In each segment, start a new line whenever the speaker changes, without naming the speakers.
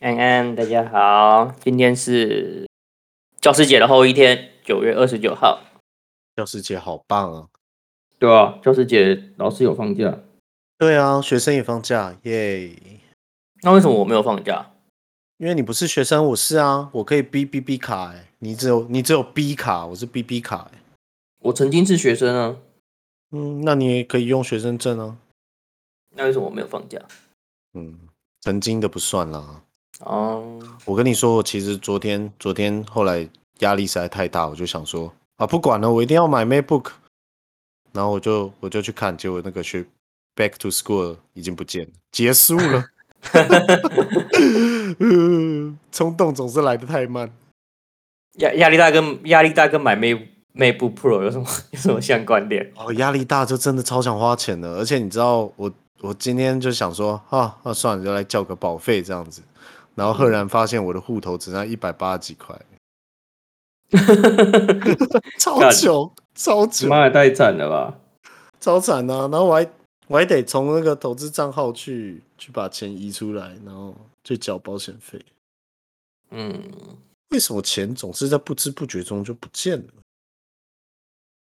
安安，大家好，今天是教师节的后一天，九月二十九号。
教师节好棒啊！
对啊，教师节老师有放假，
对啊，学生也放假耶
那为什么我没有放假？
因为你不是学生，我是啊，我可以 B B B 卡、欸，你只有你只有 B 卡，我是 B B 卡、欸，
我曾经是学生啊，
嗯，那你也可以用学生证啊，
那为什么我没有放假？
嗯，曾经的不算啦。
哦，
我跟你说，我其实昨天昨天后来压力实在太大，我就想说啊，不管了，我一定要买 MacBook，然后我就我就去看，结果那个学 Back to School 已经不见了，结束了。呃冲动总是来得太慢。
压压力大跟压力大跟买 Mac MacBook Pro 有什么 有什么相关联？
哦，压力大就真的超想花钱的，而且你知道我，我今天就想说，啊，那、算了，就来交个保费这样子，然后赫然发现我的户头只剩一百八十几块，超
干
穷，超穷，
妈也太惨了吧！
超惨呐、然后我还我还得从那个投资账号去去把钱移出来，然后去缴保险费。
嗯，
为什么钱总是在不知不觉中就不见了？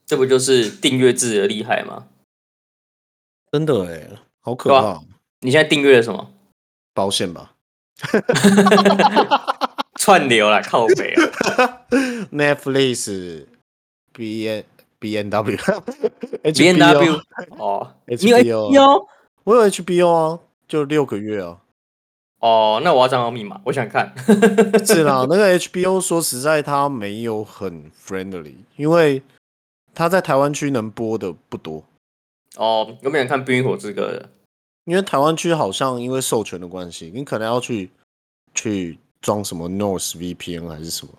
这不就是订阅制的厉害吗？
真的哎、好可
对啊
怕哦！
你现在订阅了什么？
保险吧
串流啦，靠北啊！
，Netflix、B N B N W、
B
H
N W 哦，你有
HBO
HBO
我有 HBO 啊，就六个月啊。
哦，那我要账号密码，我想看。
是啦，那个 HBO 说实在，它没有很 friendly，因为它在台湾区能播的不多，
哦，有没有人看《冰与火之歌》的？
因为台湾区好像因为授权的关系，你可能要去去装什么 North VPN 还是什么。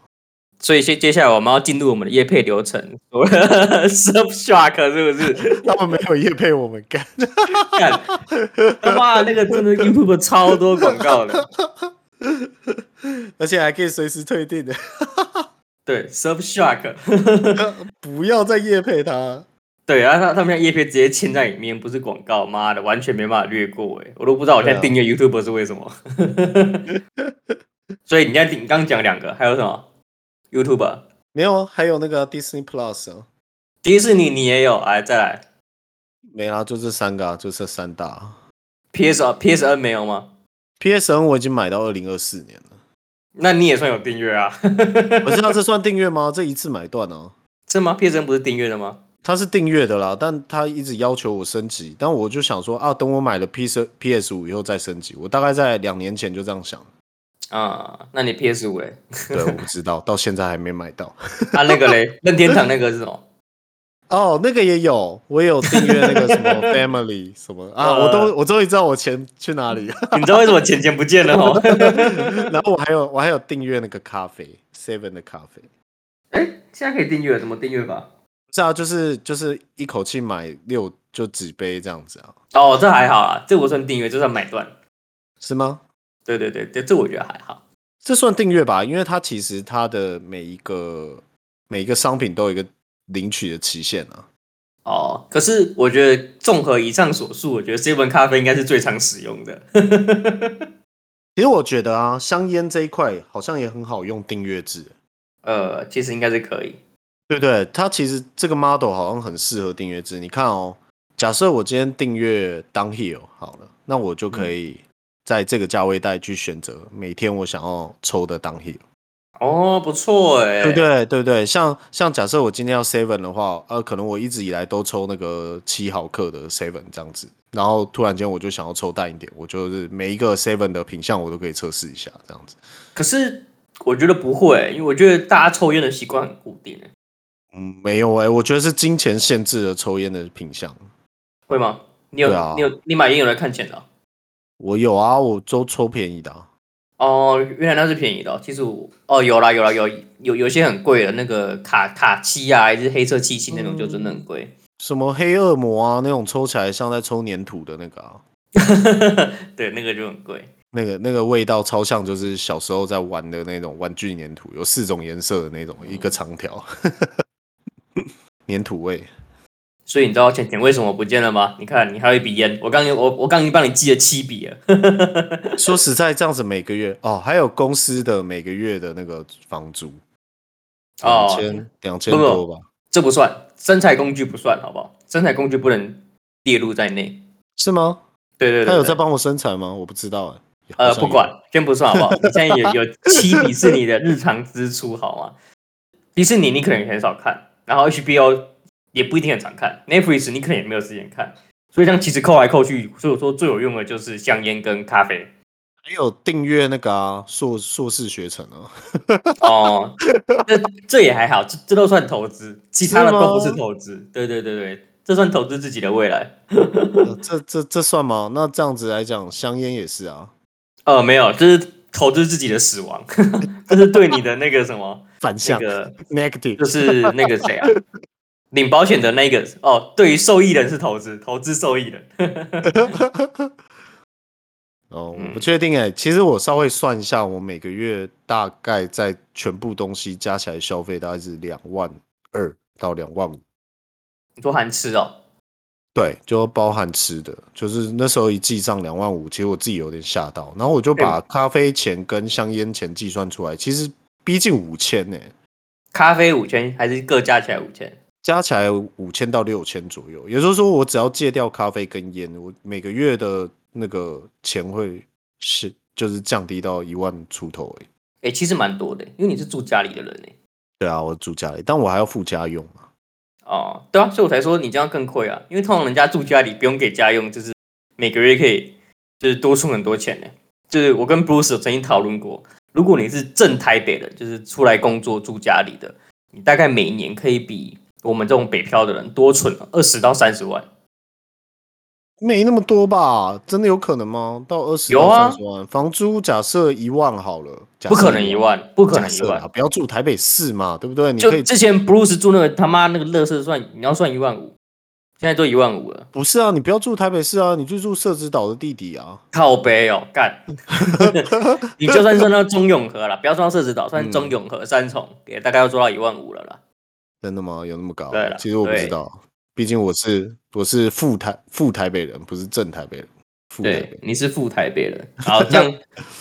所以接接下来我们要进入我们的业配流程 ，Surfshark 是不是？
他们没有业配我们干，
看，他妈的那个真的 YouTube 超多广告的。
而且还可以随时退订的，
对，Surfshark，
不要再业配它。
对，然后他他们家叶片直接嵌在里面，不是广告，妈的，完全没办法略过哎、我都不知道我现
对
在
啊
订阅 YouTube 是为什么。 所以你现在顶刚讲两个，还有什么 YouTube？
没有，啊，还有那个 Disney Plus 啊，
迪士尼你也有，来再来
没啦，就这三个啊，就这三大啊。
PS PSN 没有吗？
PSN 我已经买到二零二四年了，
那你也算有订阅啊？
我知道这算订阅吗？这一次买断啊，
是吗？PSN 不是订阅的吗？
它是订阅的啦，但它一直要求我升级，但我就想说啊，等我买了 PS PS 五以后再升级，我大概在两年前就这样想，
啊、那你 PS 五哎，
对，我不知道，到现在还没买到。
啊那个嘞， 任天堂那个是什么？
哦，那个也有，我也有订阅那个什 么 Family 什么啊，我都我终于知道我钱去哪里了。
你知道为什么钱钱不见了哦？
然后我还有我还有订阅那个咖啡 Seven 的咖啡，
哎、 现在可以订阅了，怎么订阅法？
不是啊，就是就是一口气买六就几杯这样子啊，
哦，这还好啦，这不算订阅，这算买断。
是吗？
对对对对，这我觉得还好。
这算订阅吧，因为它其实它的每一个每一个商品都有一个领取的期限啊。
哦，可是我觉得综合以上所述，我觉得 Seven 咖啡应该是最常使用的。
其实我觉得啊，香烟这一块好像也很好用订阅制，
呃，其实应该是可以。
对不对？它其实这个 model 好像很适合订阅制。你看哦，假设我今天订阅 Downhill 好了，那我就可以在这个价位带去选择每天我想要抽的 Downhill。
哦，不错哎、
对不对？对不对？像像假设我今天要 seven 的话，呃，可能我一直以来都抽那个七毫克的 seven 这样子，然后突然间我就想要抽淡一点，我就是每一个 seven 的品相我都可以测试一下这样子。
可是我觉得不会、因为我觉得大家抽烟的习惯很固定、欸，
嗯，没有哎、我觉得是金钱限制了抽烟的品相。
会吗？你有、
对啊
你有你买烟有在看钱的哦、
我有啊，我都抽便宜的、啊。
哦，原来那是便宜的、哦，其实我哦有啦有啦有有有些很贵的那个卡卡漆啊，还是黑色漆漆那种就真的很贵。
什么黑恶魔啊，那种抽起来像在抽粘土的那个啊，
对，那个就很贵。
那个那个味道超像，就是小时候在玩的那种玩具粘土，有四种颜色的那种，一个长条， 粘土味。
所以你知道钱钱为什么不见了吗？你看，你还有一笔烟，我刚我我刚已经帮你记了七笔了。
说实在，这样子每个月哦，还有公司的每个月的那个房租，两
哦
千两千
不不
多吧。
这不算，生财工具不算，好不好？生财工具不能列入在内。
是吗？
对对对
他有
对
在帮我生产吗？我不知道哎、
呃，
好像有
不管，先不算好不好？你现在有有七笔是你的日常支出，好吗？迪士尼你可能也很少看，然后 HBO 也不一定很常看，Netflix 你可能也没有时间看，所以这样其实扣来扣去，所以我说最有用的就是香烟跟咖啡。
还有订阅那个啊，硕硕士学程啊，
哦，这这也还好，这这都算投资，其他的
是吗
都不是投资。对对对对，这算投资自己的未来。
呃这这这算吗？那这样子来讲，香烟也是啊，
呃，没有，这是投资自己的死亡， 这是对你的那个什么，
反
那
向、
个
negative
就是那个谁啊，领保险的那个哦，对于受益人是投资，投资受益人。
哦，我
嗯
不确定哎、其实我稍微算一下，我每个月大概在全部东西加起来消费大概是两万二到两万五，
你说含吃哦，
对，就包含吃的，就是那时候一记账两万五，其实我自己有点吓到，然后我就把咖啡钱跟香烟钱计算出来，其实逼近五千呢、欸
咖啡五千还是各加起来五千？
加起来五千到六千左右，也就是说，我只要戒掉咖啡跟烟，我每个月的那个钱会是就是降低到一万出头欸而已。
哎，其实蛮多的，因为你是住家里的人哎。
对啊，我住家里，但我还要付家用啊嘛。
哦，对啊，所以我才说你这样更亏啊，因为通常人家住家里不用给家用，就是每个月可以就是多出很多钱呢。欸就是我跟 Bruce 有曾经讨论过，如果你是正台北的，就是出来工作住家里的，你大概每年可以比我们这种北漂的人多存二十到三十万。
没那么多吧？真的有可能吗？到二十
有啊
到三十万，房租假设一万好了，假设
不可能一万，不
不
可能一万。
不要住台北市嘛，对不对？你可
就
以
之前 Bruce 住那个他妈那个乐色算，你要算一万五，现在都一万五了，
不是啊？你不要住台北市啊，你就住社子岛的弟弟啊。
靠背哦， 干！你就算算到中永和了，不要算到社子岛，算中永和三重，也大概要做到一万五了啦。
真的吗？有那么高？
对啦
其实我不知
对
道，毕竟我是我是副台副台北人，不是正台北人。副台北
对，你是富台北人，好，这 样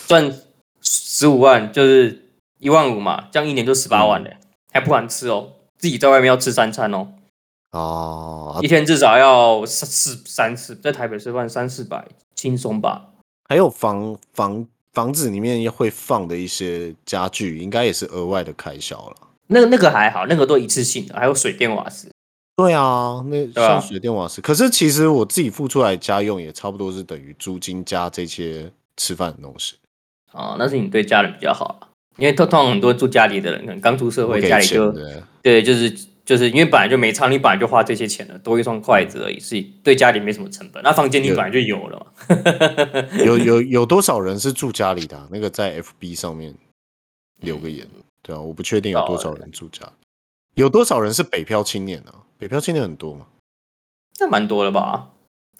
赚十五万就是一万五嘛，这样一年就十八万了，还不含吃哦，自己在外面要吃三餐哦，
哦，啊
一天至少要三四三次，在台北吃饭三四百，轻松吧？
还有房房房子里面会放的一些家具，应该也是额外的开销了。
那那个还好，那个都一次性的，还有水电瓦斯。
对啊，那
对啊
像水电瓦斯，可是其实我自己付出来家用也差不多是等于租金加这些吃饭的东西。
哦，那是你对家人比较好啊，因为通通常很多住家里的人，可能刚出社
我
会，
给
家里
钱
就
的，
对，就是就是因为本来就没差，你本来就花这些钱了，多一双筷子而已，是对家里没什么成本。那房间你
对
本来就有了嘛，
有有有多少人是住家里的啊、那个在 FB 上面留个言，
嗯
对啊，我不确定有多少人住家，有多少人是北漂青年呢、啊？北漂青年很多嘛？
那蛮多了吧？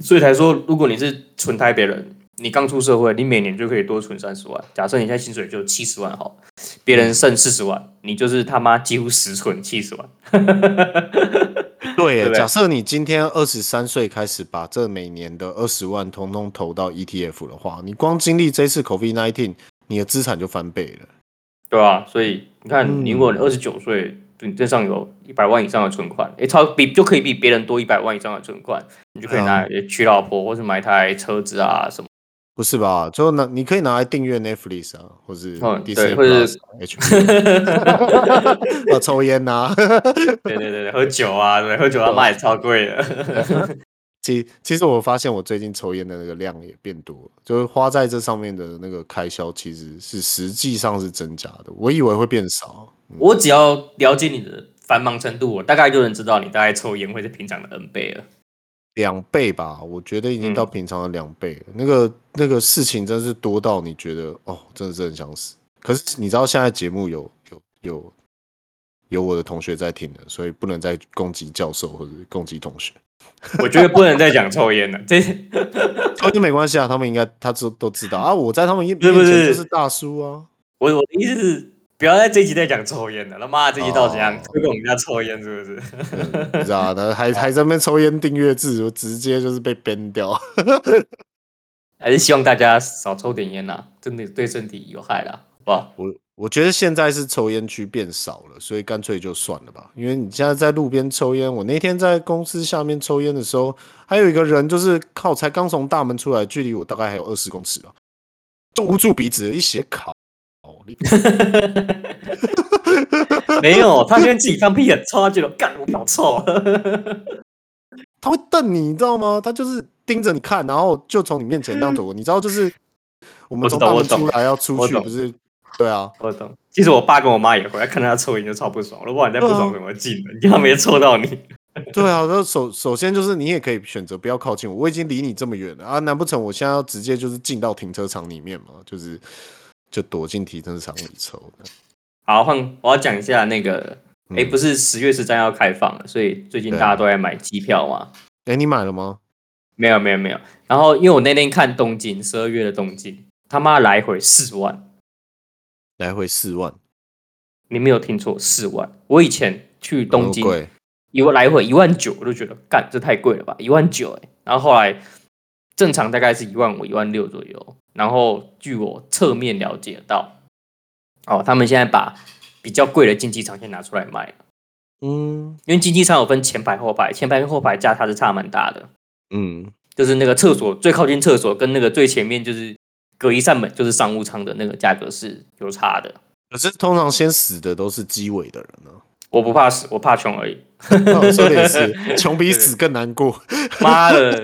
所以才说，如果你是纯台北人，你刚出社会，你每年就可以多存三十万。假设你现在薪水就七十万好了，别人剩四十万，你就是他妈几乎实存七十万。
对耶，
对不对
假设你今天二十三岁开始把这每年的二十万通通投到 ETF 的话，你光经历这次 COVID nineteen，你的资产就翻倍了。
对啊，所以你看，
嗯
你如果你二十九岁，你身上有一百万以上的存款，诶，超比就可以比别人多一百万以上的存款，你就可以
对
拿
啊
来娶老婆或是买台车子啊什么。
不是吧？就拿你可以拿来订阅 Netflix 啊，或是
嗯
Disney
对或者
Plus 啊、HBO 啊，抽烟呐、啊。
对对对对，喝酒啊，对，喝酒他妈也超贵的。
其其实我发现我最近抽烟的那个量也变多了，就是花在这上面的那个开销其实是实际上是增加的，我以为会变少。
我只要了解你的繁忙程度，我大概就能知道你大概抽烟会是平常的 N 倍了。
两倍吧，我觉得已经到
嗯
平常的两倍了。那个那个事情真是多到你觉得哦，真的是很想死。可是你知道现在节目有有有有我的同学在听的，所以不能再攻击教授或者是攻击同 学。
我觉得不能再讲抽烟了，这
哦，那没关系啊，他们应该他都都知道啊。我在他们面
不是不
面前
是
就是大叔啊。
我我的意思是，不要在这一集再讲抽烟了。他妈的，这一集到底怎样
哦
推广人家抽烟是不是？
嗯你知道，他还还在那边抽烟订阅制，我直接就是被 ban 掉。
还是希望大家少抽点烟呐、啊真的对身体有害啦，好 不好？
我我觉得现在是抽烟区变少了，所以干脆就算了吧。因为你现在在路边抽烟，我那天在公司下面抽烟的时候，还有一个人就是靠，才刚从大门出来，距离我大概还有二十公尺吧，就捂住鼻子一斜烤。哦你
没有，他觉得自己放屁很臭，他觉得干我好臭。
他会瞪你，你知道吗？他就是盯着你看，然后就从你面前这样走过。你知道，就是我们
我知
从
道
大
我
门
懂
出来要出
我
去，
懂
不是？对啊，
我懂。 其实我爸跟我妈也回来看到他抽烟就超不爽，如果你再不爽
对
怎么进
嗯
的？你要没抽到你，
对啊，那首首先就是你也可以选择不要靠近我，我已经离你这么远了啊，难不成我现在要直接就是进到停车场里面吗？就是就躲进停车场里抽的？
好，换我要讲一下那个，哎、
嗯
不是十月十三要开放了，所以最近
对
大
啊
家都在买机票嘛。
哎、你买了吗？
没有没有没有。然后因为我那天看东京十二月的东京，他妈来回四万，
来回四万，
你没有听错，四万。我以前去东京
那么贵，哦
一万来回一万九，我就觉得干这太贵了吧，一万九哎、然后后来正常大概是一万五、一万六左右。然后据我侧面了解到，哦，他们现在把比较贵的竞技舱先拿出来卖了，
嗯
因为竞技舱有分前排后排，前排跟后排价差是差蛮大的。
嗯，
就是那个厕所最靠近厕所跟那个最前面就是隔一扇门就是商务舱的那个价格是有差的。
可是通常先死的都是鸡尾的人呢、
我不怕死，我怕穷而已。
那我说的也是， 穷比死更难过。
妈 的，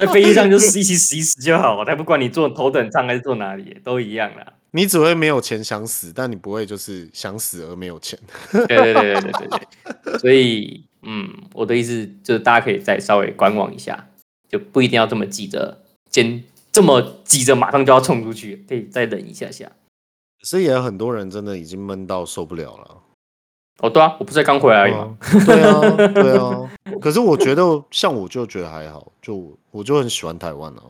在飞机上就死一起死一死就好，他不管你坐头等舱还是坐哪里，都一样啦。
你只会没有钱想死，但你不会就是想死而没有钱。
对对对对对对对。所以，嗯，我的意思就是大家可以再稍微观望一下，就不一定要这么急着，先这么急着马上就要冲出去，可以再忍一下下。
可是也有很多人真的已经闷到受不了了。
哦，对啊，我不是才刚回来而已吗？
对啊，对啊。可是我觉得，像我就觉得还好，就我我就很喜欢台湾啊。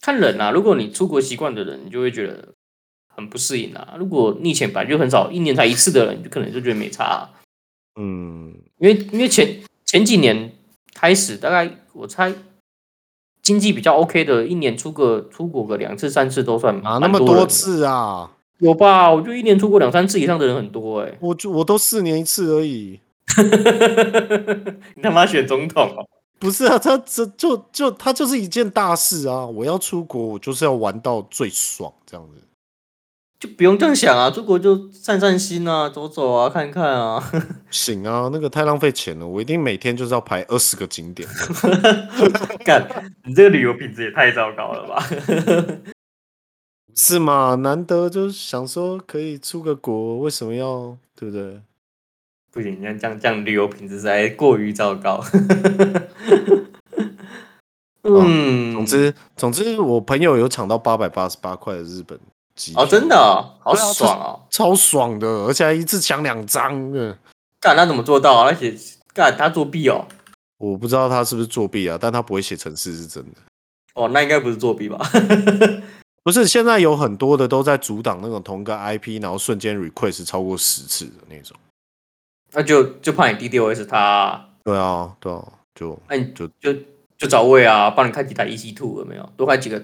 看人啊，如果你出国习惯的人，你就会觉得很不适应啊。如果你以前本来就很少，一年才一次的人，你就可能就觉得没差啊、
嗯，
因为因为前前几年开始，大概我猜经济比较 OK 的，一年出个出国个两次三次都算
啊，
蛮
那么
多人
多
的
次啊，
有吧？我觉得一年出国两三次以上的人很多哎、
我就我都四年一次而已。
你他妈选总统、哦，
不是啊，他这就就他就是一件大事啊！我要出国，我就是要玩到最爽这样子。
就不用这样想啊，出国就散散心啊，走走啊，看看啊。
行啊，那个太浪费钱了，我一定每天就是要排二十个景点。
干，你这个旅游品质也太糟糕了吧？
是嘛？难得就是想说可以出个国，为什么要对不对？
不行，这样这样这样旅游品质实在过于糟糕。 嗯，
总之，总之，我朋友有抢到八百八十八块的日本机票
哦，真的、哦、好
对啊这
爽哦！
超爽的，而且还一次抢两张嗯的。
干他怎么做到、啊？而且干他作弊哦？
我不知道他是不是作弊啊，但他不会写程式是真的。
哦，那应该不是作弊吧？
不是，现在有很多的都在阻挡那种同个 IP，然后瞬间 request 超过十次的那种。
那就就怕你 DDoS 他啊，
对啊，对啊，就
那你
就
就就找位啊，帮你开几台 EC Two 有没有？多开几个，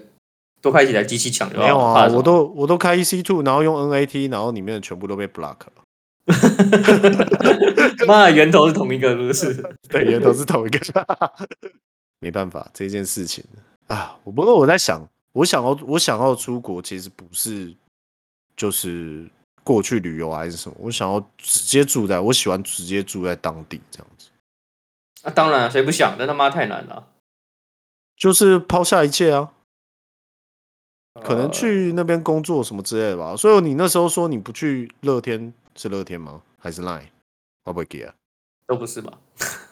多开几台机器抢就好
没有
了怕
啊，
什么
我都我都开 EC two，然后用 NAT，然后里面的全部都被 block 了，
妈的源头是同一个，是不是？
对，也都是同一个。 没办法，这件事情啊，我不过我在想，我想要我想要出国，其实不是就是过去旅游还是什么，我想要直接住在，我喜欢直接住在当地这样子，
那、当然啊，谁不想？但他妈太难了。
就是抛下一切啊，可能
呃
去那边工作什么之类的吧。所以你那时候说你不去乐天是乐天吗？还是 Line？我不会给啊，
都不是吧？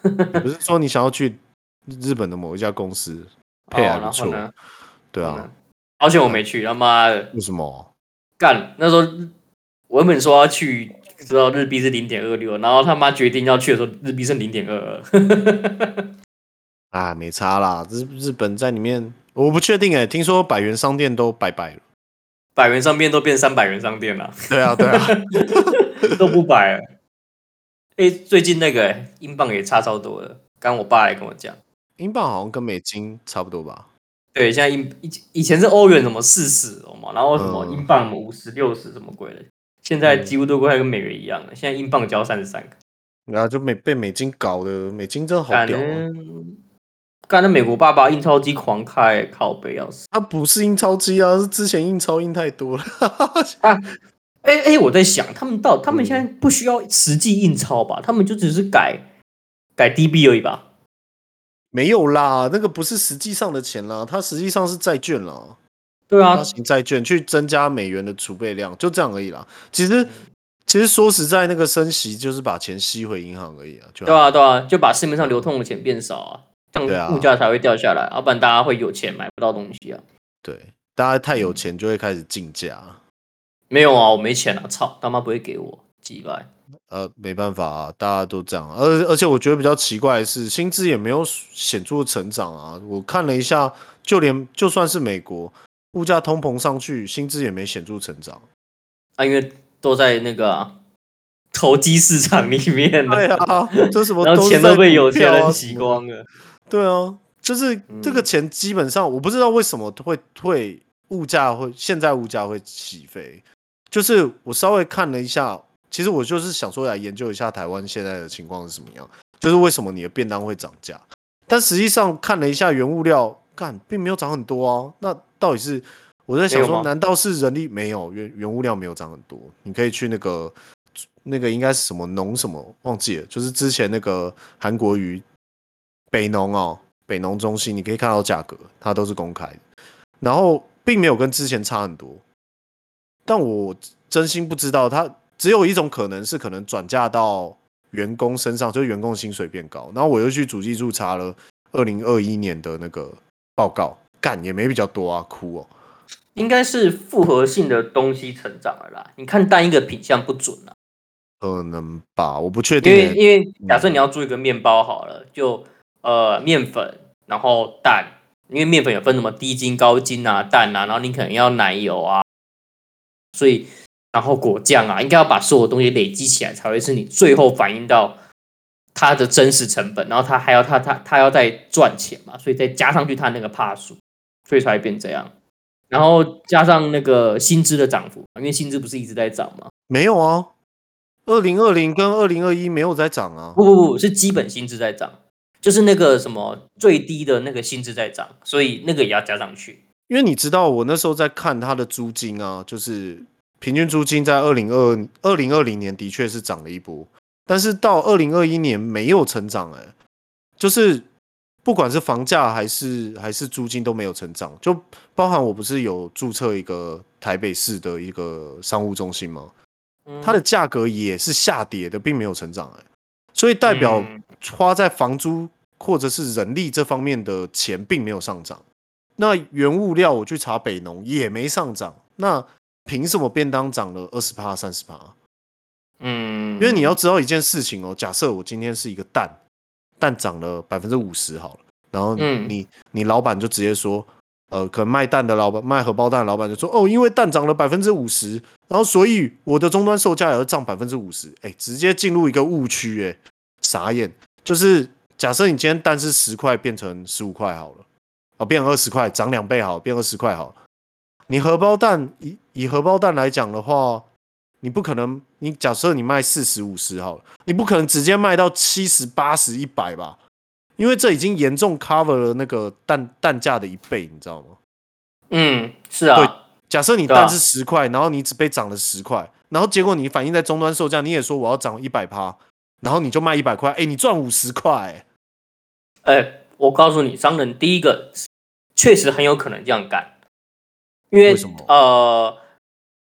你不是说你想要去日本的某一家公司，
哦，
配还
然
不
后
错，
呢？
对
然后
啊
呢，好险我没去，他妈的
为什么？啊
干！那时候我原本说要去，知道日币是零点二六，然后他妈决定要去的时候，日币是零点二二。
啊，没差啦，日日本在里面，我不确定哎、听说百元商店都拜拜了。
百元商店都变三百元商店了，
对啊，对啊，
都不摆了。哎、最近那个、欸、英镑也差超多了。刚我爸来跟我讲，
英镑好像跟美金差不多吧？
对，现在英以以前是欧元什么四十，哦嘛，然后什么
嗯
英镑什么五十六十什么鬼的，现在几乎都快跟美元一样了。现在英镑交三十三个，
然后啊就美被美金搞的，美金真的好
感
屌、啊。
恩。干那美国爸爸印钞机狂开，靠背要死。
它不是印钞机啊，是之前印钞印太多了。
哎、哎、我在想，他们到他们现在不需要实际印钞吧？他们就只是改改 DB 而已吧？
没有啦，那个不是实际上的钱啦，它实际上是债券啦，
对啊
发，行债券去增加美元的储备量，就这样而已啦。其实，
嗯
其实说实在，那个升息就是把钱吸回银行而已啊。就
对啊，
还好，
对啊，就把市面上流通的钱变少啊，这
对
样
啊
物价才会掉下来，要、不然大家会有钱买不到东西啊。
对，大家太
嗯
有钱就会开始竞价，啊
没有啊，我没钱啊，操，他妈不会给我几百。
呃，没办法啊，大家都这样啊。而而且我觉得比较奇怪的是，薪资也没有显著的成长啊。我看了一下，就连就算是美国物价通膨上去，薪资也没显著成 长。
啊，因为都在那个、啊、投机市场里面了，
对啊，这什么
然
都
后
是
钱
在
都被
股
有钱
票啊
人
什
洗
么的
光了。
对啊，就是这个钱基本上我不知道为什么会会物价会现在物价会起飞，就是我稍微看了一下，其实我就是想说来研究一下台湾现在的情况是什么样，就是为什么你的便当会涨价，但实际上看了一下原物料，看并没有涨很多啊，那到底是我在想
没有
说，
吗
难道是人力没有原原物料没有涨很多？你可以去那个那个应该是什么农什么忘记了，就是之前那个韩国瑜北农哦，北农中心，你可以看到价格，它都是公开的，然后并没有跟之前差很多。但我真心不知道，它只有一种可能是可能转嫁到员工身上，就是员工薪水变高。然后我又去主计处查了二零二一年的那个报告，干也没比较多啊，哭哦。
应该是复合性的东西成长了啦。你看单一个品相不准啊，
可能吧，我不确定
因为
欸、
因为假设你要做一个面包好了，就呃面粉，然后蛋，因为面粉有分什么低筋、高筋啊、蛋啊，然后你可能要奶油啊，所以然后果酱啊，应该要把所有东西累积起来，才会是你最后反映到它的真实成本，然后它还要它它它要再赚钱嘛，所以再加上去它那个帕数，所以才会变这样。然后加上那个薪资的涨幅，因为薪资不是一直在涨嘛，
没有啊。二零二零跟二零二一没有在涨啊，
不不不，是基本薪资在涨，就是那个什么最低的那个薪资在涨，所以那个也要加上去。
因为你知道我那时候在看它的租金啊，就是平均租金在二零二二零二零年的确是涨了一波，但是到二零二一年没有成长哎、就是不管是房价还是还是租金都没有成长，就包含我不是有注册一个台北市的一个商务中心吗？它的价格也是下跌的，并没有成长、欸，所以代表
嗯
花在房租或者是人力这方面的钱并没有上涨。那原物料我去查北农也没上涨，那凭什么便当涨了二十趴、三十趴？
嗯，
因为你要知道一件事情哦，假设我今天是一个蛋，蛋涨了百分之五十好了，然后
嗯
你、你老板就直接说，呃，可能卖蛋的老板卖荷包蛋的老板就说，哦，因为蛋涨了百分之五十，然后所以我的终端售价也要涨百分之五十，哎，直接进入一个误区，哎，傻眼。就是假设你今天蛋是十块变成十五块好了，哦，变二十块，涨两倍好了，变二十块好了。你荷包蛋以以荷包蛋来讲的话，你不可能，你假设你卖四十五十好了，你不可能直接卖到七十八十一百吧？因为这已经严重 cover 了那个蛋蛋价的一倍，你知道吗？
嗯是
对
啊，
假设你
对啊
蛋是十块，然后你只被涨了十块，然后结果你反映在终端售价，你也说我要涨一百趴，然后你就卖一百块，哎，你赚五十块、哎
哎、我告诉你，商人第一个确实很有可能这样干，因为
为什么
呃，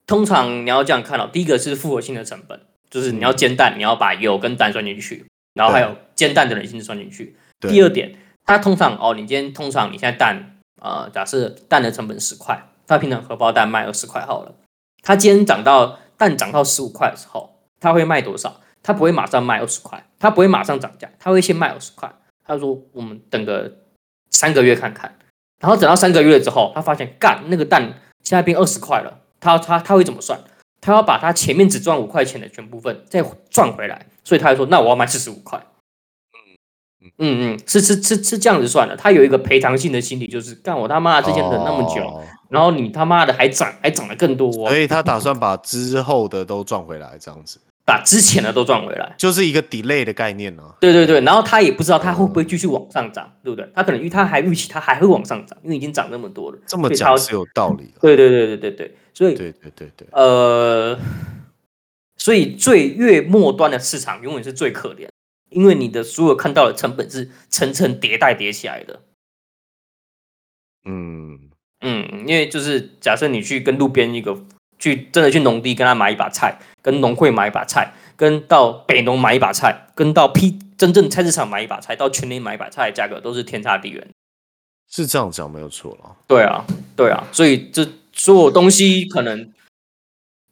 通常你要这样看到、哦第一个是复合性的成本，就是你要
嗯
煎蛋，你要把油跟蛋算进去，然后还有煎蛋的人性算进去。
对
第二点，它通常哦，你今天通常你现在蛋，呃，假设蛋的成本十块，它平常荷包蛋卖二十块好了，它今天涨到蛋涨到十五块的时候，它会卖多少？它不会马上卖二十块，它不会马上涨价，它会先卖二十块。他说我们等个三个月看看，然后等到三个月之后，他发现干那个蛋现在变二十块了，他他他会怎么算？他要把他前面只赚五块钱的全部分再赚回来，所以他就说那我要卖四十五块。嗯嗯，是是是是这样子算的，他有一个赔偿性的心理，就是干我他妈的之前等那么久，
哦哎
然后你他妈的还涨，还涨得更多、哦
所，以他打算把之后的都赚回来，这样子
把之前的都赚回来。
就是一个 delay 的概念呢、啊。
对对对，然后他也不知道他会不会继续往上涨，对不对？他可能预他还预期他还会往上涨，因为已经涨那么多了。
这么
所以他
讲是有道理的。
对对对对对对，所以
对对对对，
呃，所以最越末端的市场永远是最可怜，因为你的所有看到的成本是层层迭代叠起来的。
嗯，
嗯，因为就是假设你去跟路边一个去真的去农地跟他买一把菜，跟农会买一把菜，跟到北农买一把菜，跟到批真正菜市场买一把菜，到群里买一把菜，价格都是天差地远。
是这样讲没有错了。
对啊，对啊，所以这所有东西可能，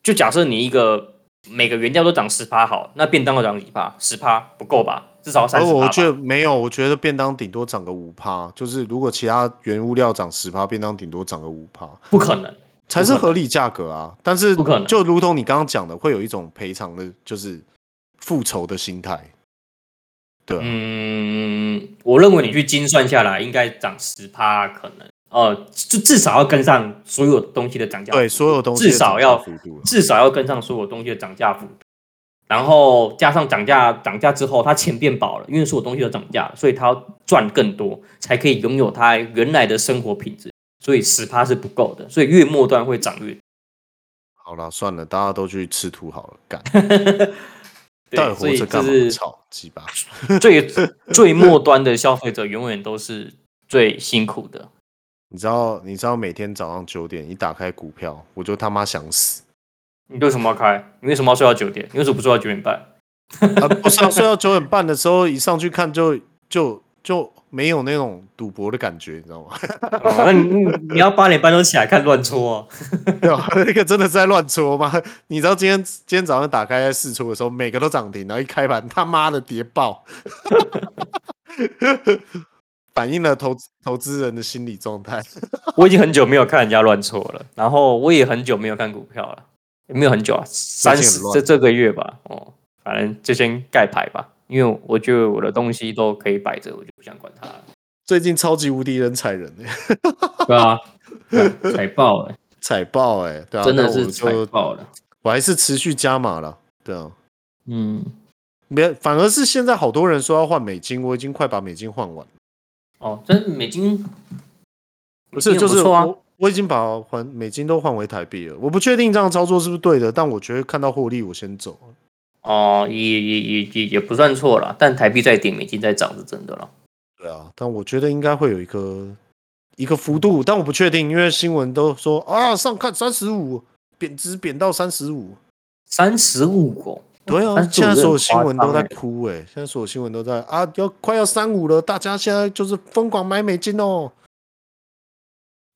就假设你一个每个原料都涨十趴好，那便当要涨几趴？十趴不够吧？至少三
而
十趴
哦
吧。
我觉得没有，我觉得便当顶多涨个五趴，就是如果其他原物料涨十趴，便当顶多涨个五趴，
不可能。
才是合理价格啊。但是
不可能
就如同你刚刚讲的，会有一种赔偿的，就是复仇的心态。对啊、
嗯，我认为你去精算下来，应该涨十趴，可能呃，就至少要跟上所有东西的涨价。
对，所有东西
至少要
的涨幅度了
至少要跟上所有东西的涨价幅度，然后加上涨价，涨价之后它钱变薄了，因为所有东西都涨价了，所以它要赚更多，才可以拥有它原来的生活品质。所以十趴是不够的，所以越末端会涨 越。
好了，算了，大家都去吃土好了，干，到底
对，所
活
以
着
就
干
是
嘛？操，鸡巴！
最最末端的消费者永远都是最辛苦的。
你知道，你知道每天早上九点一打开股票，我就他妈想死
你为什么要开？你为什么要睡到九点？你为什么不睡到九点半？
啊！不是、啊，睡到九点半的时候，一上去看就就就没有那种赌博的感觉，你知道吗？
哦那你你你要八点半钟起来看乱搓、哦。
对吧？那个真的是在乱戳吗？ 你知道今天今天早上打开在试戳的时候，每个都涨停，然后一开盘他妈的跌爆， 反映了投资投资人的心理状态。
我已经很久没有看人家乱搓了，然后我也很久没有看股票了，也没有很久啊，三
近
十
很乱
这这个月吧，哦，反正就先盖牌吧，因为我觉得我的东西都可以摆着，我就不想管它了。
最近超级无敌人踩人、欸，
对啊， 踩爆 了，
踩爆哎、欸，对啊，
真的
但
是
我
踩
就
爆了。
我还是持续加码了，对啊。
嗯，
没，反而是现在好多人说要换美金，我已经快把美金换完了。
哦，真的美金
不是，就
不
是
错啊
我我已经把还美金都换回台币了。我不确定这样操作是不是对的，但我觉得看到获利我先走。
哦，也也也也也不算错了，但台币在跌，美金在涨是真的了。
对啊，但我觉得应该会有一个一个幅度，但我不确定，因为新闻都说啊，上看三十五，贬值贬到三十五。
三十五哦，
对啊，
35
现在所有
很
新
夸
闻都
张
在
欸
哭哎、现在所有新闻都在啊，要快要三五了，大家现在就是疯狂买美金哦。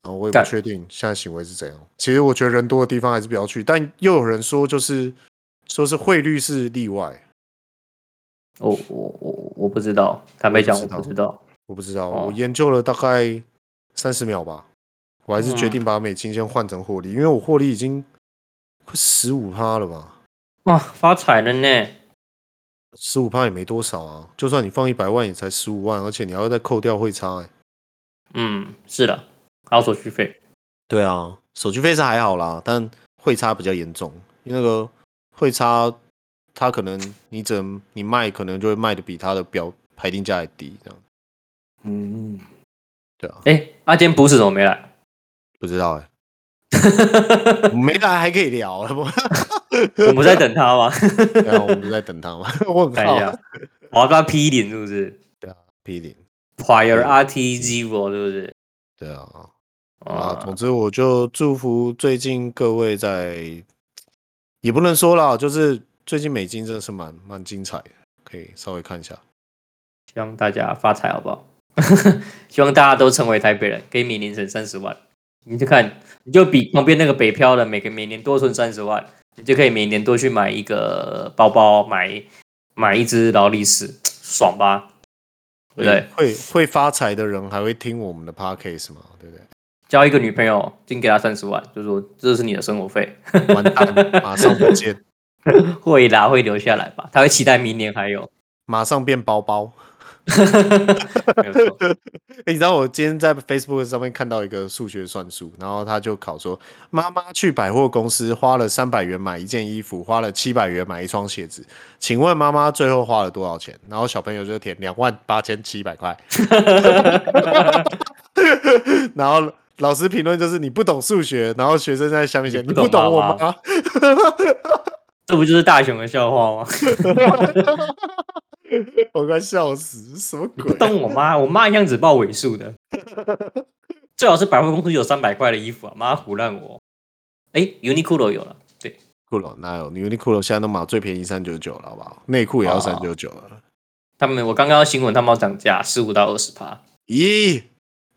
然后我也
干
不确定现在行为是怎样。其实我觉得人多的地方还是不要去，但又有人说就是说是汇率是例外，
我哦我我我不知道，坦白讲
我
我
不知道
不知道。
我不知道，
哦
我研究了大概三十秒吧，我还是
嗯
决定把美金先换成获利，因为我获利已经快十五趴了吧，
哇，发财了呢！
十五趴也没多少啊，就算你放一百万也才十五万，而且你还要再扣掉汇差、欸。
嗯，是的，还有手续费。
对啊，手续费是还好啦，但汇差比较严重，因为那个汇差它可能你只能你卖可能就会卖的比它的标排定价还低，这样
嗯，
对啊，
哎、阿坚不是怎么没来？
不知道哎、我没来还可以聊，啊不
我们在等他吗？
然啊后我们就在等他嘛，我很
看一
好啊
下， 我要被他 P 脸是不是
批评。
？Prior RT Zero 是不是？
对啊，啊，
啊
总，之我就祝福最近各位在，也不能说啦，就是最近美金真的是蛮蛮精彩的，可以稍微看一下。
希望大家发财好不好？ 希望大家都成为台北人，可以每年省三十万。你就看，你就比旁边那个北漂的每个每年多存三十万，你就可以每年多去买一个包包，买买一只劳力士，爽吧？对不对？
会会发财的人还会听我们的 podcast 吗？对不 对？
交一个女朋友，先给她三十万，就说这是你的生活费，
完蛋，马上不见，
会啦，会留下来吧？她会期待明年还有，
马上变包包。
没有错，
欸你知道我今天在 Facebook 上面看到一个数学算术，然后他就考说，妈妈去百货公司花了三百元买一件衣服，花了七百元买一双鞋子，请问妈妈最后花了多少钱？然后小朋友就填两万八千七百 块， 然后老师评论就是你不懂数学，然后学生在下面写
你
你
不
不
懂
懂我
妈妈
吗？
这不就是大雄的笑话吗？
我快笑死，什么
不
鬼、啊？
懂我妈，我妈一样只报尾数的，最好是百货公司有三百块的衣服啊，妈胡乱我。哎，Uniqlo 有了，对，
库髅哪有？你 Uniqlo 现在都买最便宜三九九了，好不好？内裤也要三九九了。
他们我刚刚新闻他们要涨价十五到二十趴，
咦，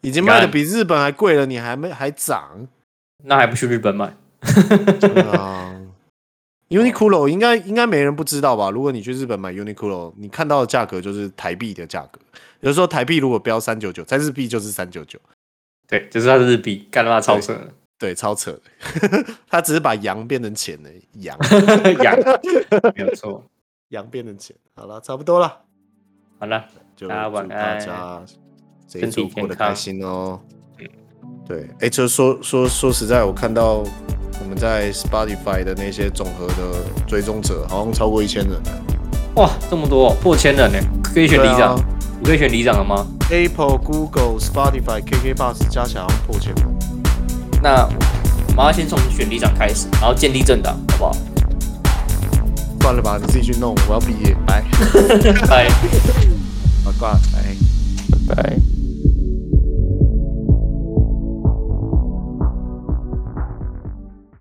已经
你
卖的
看
比日本还贵了，你还没还涨？
那还不去日本买？
对 啊，Uniqlo 应该应该没人不知道吧？如果你去日本买 Uniqlo，你看到的价格就是台币的价格。有时候台币如果标三九九，在日币就是三九九，
对，就是它的日币，干他妈超扯的，
对，超扯的。 他只是把羊变成钱了，羊
养没有错。
羊变成钱。好了，差不多了，
好了，
就
大家
祝
晚
大
安
家这一
身体
周过
健
得开
康嗯
心哦。对，哎、就说说说实在，我看到我们在 Spotify 的那些总和的追踪者，好像超过一千人了。
哇，这么多破千人呢，可以选里
对啊
长，我可以选里长了吗？
Apple、Google、Spotify、KK Bus 加起来好像破千了。
那我们要先从选里长开始，然后建立政党，好不好？
算了吧，你自己 去弄，我要毕业，拜，
拜
好挂，拜。
拜。